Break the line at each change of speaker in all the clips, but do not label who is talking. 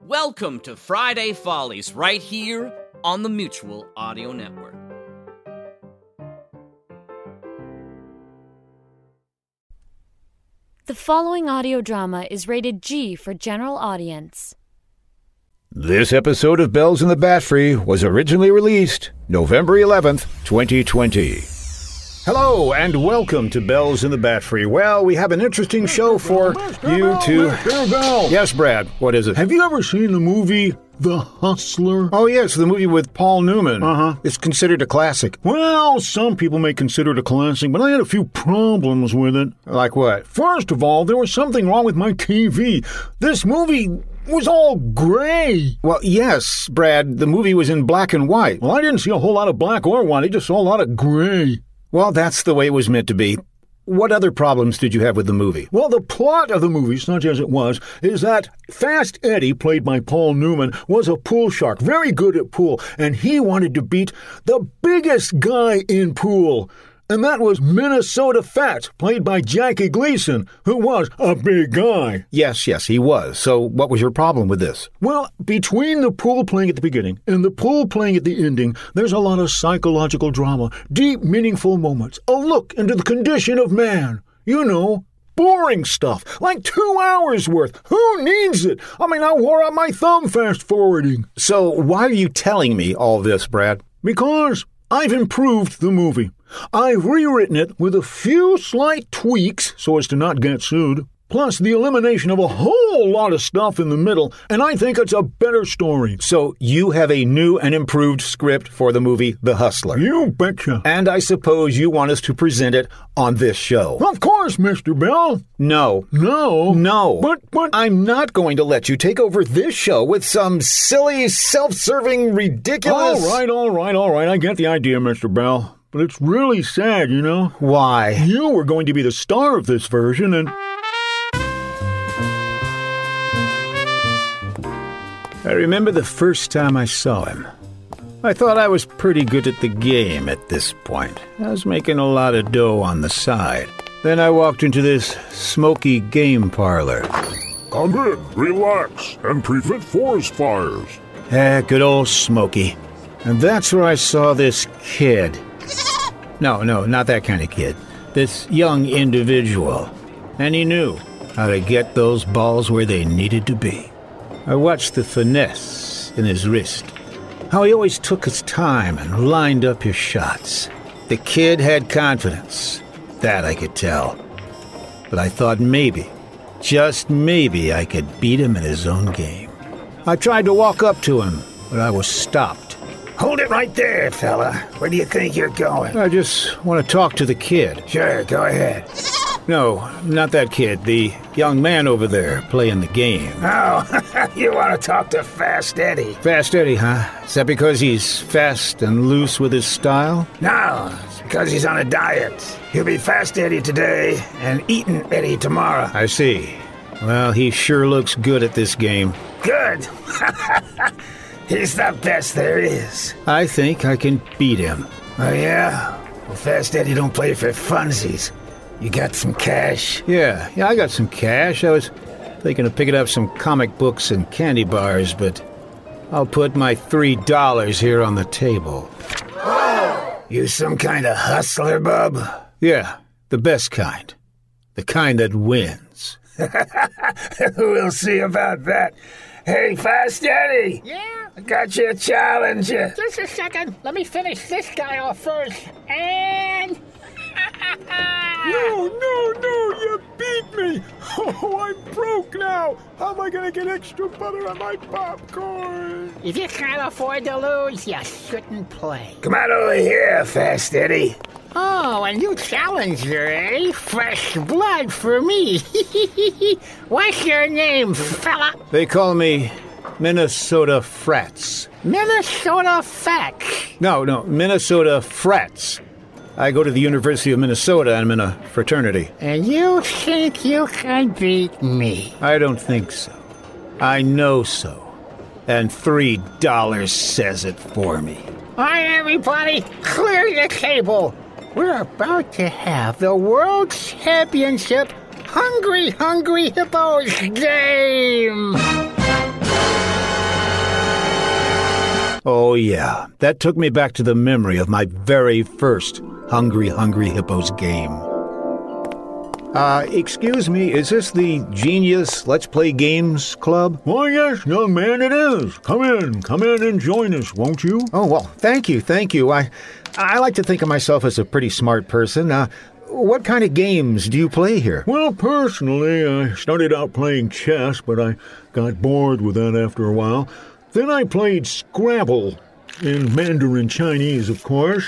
Welcome to Friday Follies, right here on the Mutual Audio Network.
The following audio drama is rated G for general audience.
This episode of Bells in the Bat Free was originally released November 11th, 2020. Hello and welcome to Bells in the Bat Free. Well, we have an interesting show for you to. Yes, Brad, what is it?
Have you ever seen the movie The Hustler?
Oh, yes, the movie with Paul Newman.
Uh-huh.
It's considered a classic.
Well, some people may consider it a classic, but I had a few problems with it.
Like what?
First of all, there was something wrong with my TV. This movie was all gray.
Well, yes, Brad, the movie was in black and white.
Well, I didn't see a whole lot of black or white, I just saw a lot of gray.
Well, that's the way it was meant to be. What other problems did you have with the movie?
Well, the plot of the movie, such as it was, is that Fast Eddie, played by Paul Newman, was a pool shark, very good at pool, and he wanted to beat the biggest guy in pool. And that was Minnesota Fat, played by Jackie Gleason, who was a big guy.
Yes, yes, he was. So, what was your problem with this?
Well, between the pool playing at the beginning and the pool playing at the ending, there's a lot of psychological drama, deep, meaningful moments, a look into the condition of man. You know, boring stuff, like two hours worth. Who needs it? I mean, I wore out my thumb fast forwarding.
So, why are you telling me all this, Brad?
Because I've improved the movie. I've rewritten it with a few slight tweaks so as to not get sued, plus the elimination of a whole lot of stuff in the middle, and I think it's a better story.
So, you have a new and improved script for the movie The Hustler.
You betcha.
And I suppose you want us to present it on this show.
Of course, Mr. Bell.
No.
No.
No.
But, but,
I'm not going to let you take over this show with some silly, self serving,
all
ridiculous.
right, all right, all right. I get the idea, Mr. Bell. But it's really sad, you know?
Why?
You were going to be the star of this version, and.
I remember the first time I saw him. I thought I was pretty good at the game at this point. I was making a lot of dough on the side. Then I walked into this smoky game parlor.
Come in, relax, and prevent forest fires.
Ah, good old Smoky. And that's where I saw this kid. No, no, not that kind of kid. This young individual. And he knew how to get those balls where they needed to be. I watched the finesse in his wrist, how he always took his time and lined up his shots. The kid had confidence. That I could tell. But I thought maybe, just maybe, I could beat him in his own game. I tried to walk up to him, but I was stopped.
Hold it right there, fella. Where do you think you're going?
I just want to talk to the kid.
Sure, go ahead.
No, not that kid, the young man over there playing the game.
Oh, you want to talk to Fast Eddie?
Fast Eddie, huh? Is that because he's fast and loose with his style?
No, it's because he's on a diet. He'll be Fast Eddie today and eating Eddie tomorrow.
I see. Well, he sure looks good at this game.
Good. he's the best there is.
I think I can beat him.
Oh, yeah? Well, Fast Eddie don't play for funsies. You got some cash?
Yeah, yeah, I got some cash. I was thinking of picking up some comic books and candy bars, but I'll put my three dollars here on the table.
Oh, You some kind of hustler, bub?
Yeah, the best kind. The kind that wins.
we'll see about that. Hey, Fast Eddie!
Yeah,
I got you a challenge.
just a second. Let me finish this guy off first. And.
No, no, no, you beat me! Oh, I'm broke now! How am I gonna get extra butter on my popcorn?
If you can't afford to lose, you shouldn't play.
Come on over here, Fast Eddie.
Oh, a new challenger, eh? Fresh blood for me. What's your name, fella?
They call me Minnesota Frats.
Minnesota Fat.
No, no, Minnesota Frats. I go to the University of Minnesota and I'm in a fraternity.
And you think you can beat me?
I don't think so. I know so. And three dollars says it for me.
Hi, everybody. Clear the table. We're about to have the World Championship Hungry, Hungry Hippos game.
Oh, yeah. That took me back to the memory of my very first Hungry Hungry Hippos game. Uh, excuse me, is this the Genius Let's Play Games Club?
Why, yes, young man, it is. Come in, come in and join us, won't you?
Oh, well, thank you, thank you. I, I like to think of myself as a pretty smart person. Uh, what kind of games do you play here?
Well, personally, I started out playing chess, but I got bored with that after a while. Then I played Scrabble, in Mandarin Chinese, of course,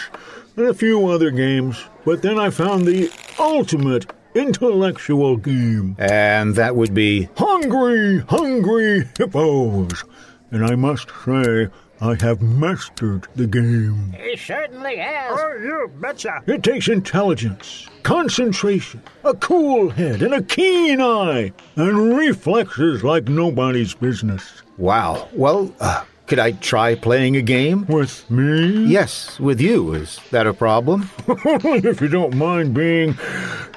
and a few other games. But then I found the ultimate intellectual game
And that would be.
Hungry, Hungry Hippos. And I must say, I have mastered the game.
He certainly has.
you betcha.
It takes intelligence, concentration, a cool head, and a keen eye, and reflexes like nobody's business.
Wow. Well, uh, could I try playing a game?
With me?
Yes, with you. Is that a problem?
Only if you don't mind being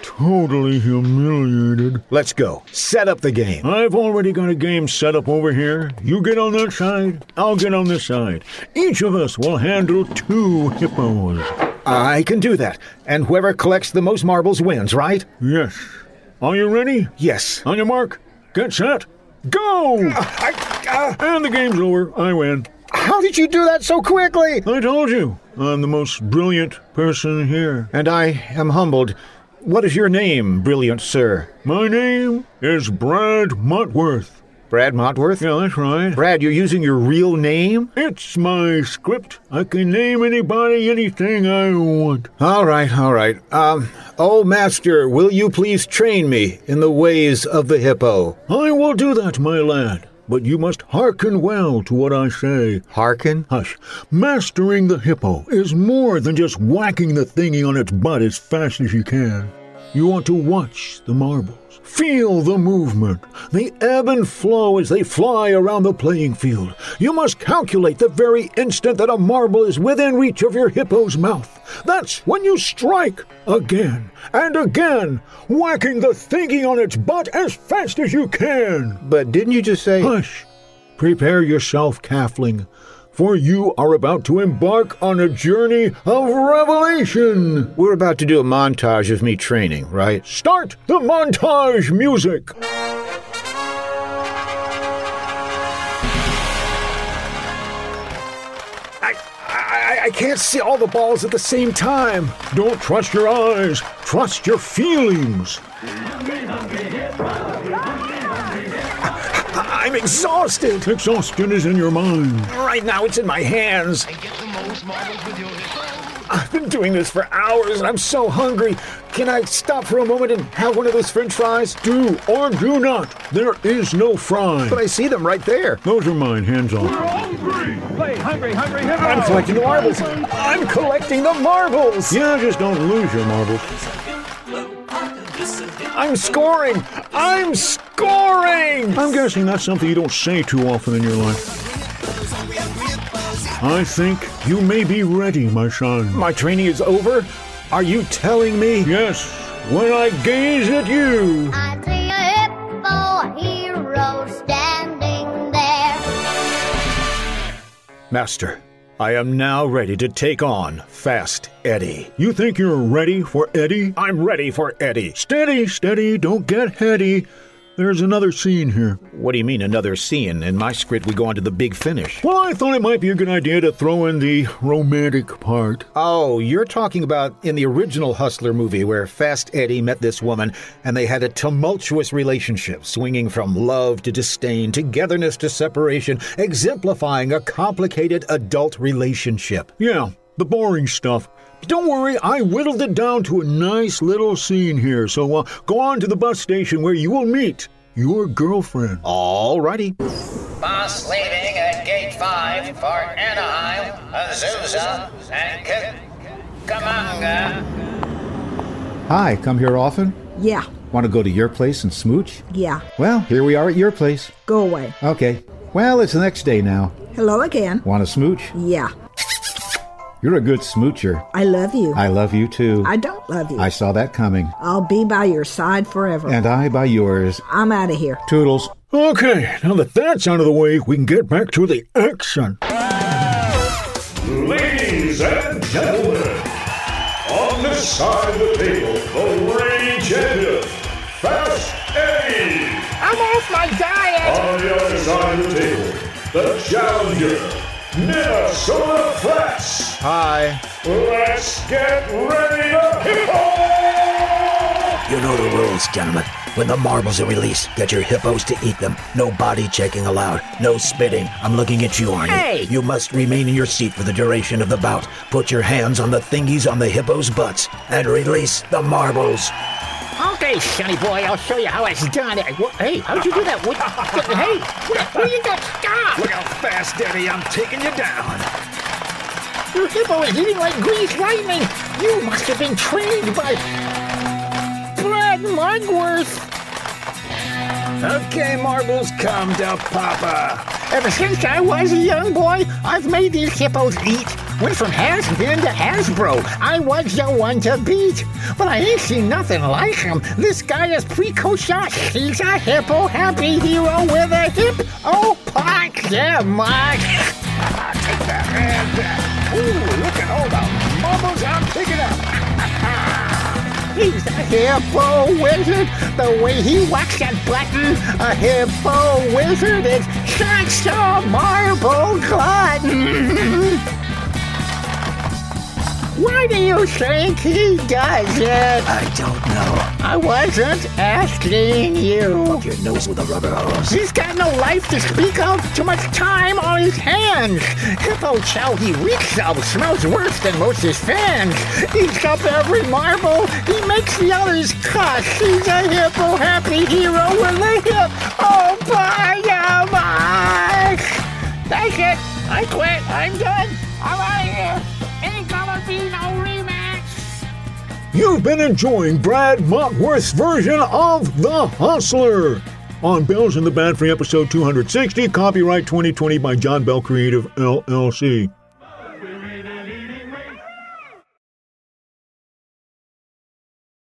totally humiliated.
Let's go. Set up the game.
I've already got a game set up over here. You get on that side, I'll get on this side. Each of us will handle two hippos.
I can do that. And whoever collects the most marbles wins, right?
Yes. Are you ready?
Yes.
On your mark, get set, go!
I,
And the game's over. I win.
uh, how did you do that so quickly?
I told you, I'm the most brilliant person here.
And I am humbled. What is your name, brilliant sir?
My name is Brad Mutworth.
Brad Motworth?
Yeah, that's right.
Brad, you're using your real name?
It's my script. I can name anybody anything I want.
All right, all right. Um, oh, master, will you please train me in the ways of the hippo?
I will do that, my lad. But you must hearken well to what I say.
Hearken?
Hush. Mastering the hippo is more than just whacking the thingy on its butt as fast as you can. You want to watch the marbles, feel the movement. They ebb and flow as they fly around the playing field. You must calculate the very instant that a marble is within reach of your hippo's mouth. That's when you strike again and again, whacking the thingy on its butt as fast as you can.
But didn't you just say.
Hush! Prepare yourself, calfling, for you are about to embark on a journey of revelation!
We're about to do a montage of me training, right?
Start the montage music!
I, I, I can't see all the balls at the same time.
Don't trust your eyes, trust your feelings!
I'm exhausted.
Exhaustion is in your mind.
Right now, it's in my hands. I've been doing this for hours and I'm so hungry. Can I stop for a moment and have one of those french fries?
Do or do not, there is no fry.
But I see them right there.
Those are mine, hands off.
I'm collecting the marbles. I'm collecting the marbles.
Yeah, just don't lose your marbles.
I'm scoring. I'm scoring.
I'm guessing that's something you don't say too often in your life. I think you may be ready, my son.
My training is over. Are you telling me?
Yes, when I gaze at you,
I see a hippo hero standing there.
Master, I am now ready to take on Fast Eddie.
you think you're ready for Eddie?
I'm ready for Eddie.
Steady, steady, don't get heady. There's another scene here.
What do you mean, another scene? In my script, we go on to the big finish.
Well, I thought it might be a good idea to throw in the romantic part.
Oh, you're talking about in the original Hustler movie where Fast Eddie met this woman and they had a tumultuous relationship, swinging from love to disdain, togetherness to separation, exemplifying a complicated adult relationship.
Yeah, the boring stuff. Don't worry, I whittled it down to a nice little scene here, so uh, go on to the bus station where you will meet your girlfriend.
Alrighty.
Boss leaving at gate five for Anaheim, Azusa, and Kakamanga.
Hi, come here often?
Yeah,
Want to go to your place and smooch?
yeah.
Well, here we are at your place.
Go away.
Okay. Well, it's the next day now.
Hello again.
Want to smooch?
Yeah,
You're a good smoocher.
I love you.
I love you too.
I don't love you.
I saw that coming.
I'll be by your side forever.
And I by yours.
I'm out of here.
Toodles.
Okay, now that that's out of the way, we can get back to the action.
Ladies and gentlemen, on this side of the table, the reigning champion, Fast Eddie.
I'm off my diet.
On the other side of the table, the challenger, Minnesota Flats.
Hi.
Let's get ready to hip
You know the rules, gentlemen. When the marbles are released, get your hippos to eat them. No body checking allowed. No spitting. I'm looking at you, Arnie.
Hey!
You must remain in your seat for the duration of the bout. Put your hands on the thingies on the hippos' butts and release the marbles.
Okay, sonny boy, I'll show you how it's done. Hey, wha- Hey, how'd you do that? What, what- hey, where, where you got stop?
Look how fast, Eddie. I'm taking you down.
Your hippo is eating like greased lightning. You must have been trained by Brad Longworth.
Okay, marbles, come to Papa.
Ever since I was a young boy, I've made these hippos eat. Went from has been to Hasbro. I was the one to beat. But I ain't seen nothing like him. This guy is precocious. He's a hippo happy hero with a hip. Oh, pot. Yeah, Mike.
Ooh, look at all the marbles I'm picking up.
He's a hippo wizard. The way he whacks that button, a hippo wizard is such a marble glutton. Why do you think he does it?
I don't know.
I wasn't asking you.
Your nose with a rubber hose.
He's got no life to speak of, too much time on his hands. Hippo chow he reeks of smells worse than most his fans. Eats up every marble, he makes the others cuss. He's a hippo happy hero with a hip. Oh, by the mic. That's it. I quit. I'm done. I'm out of here. Ain't gonna be no rematch.
You've been enjoying Brad Mockworth's version of The Hustler. On Bells in the Bad Free episode 260, copyright 2020 by John Bell Creative LLC.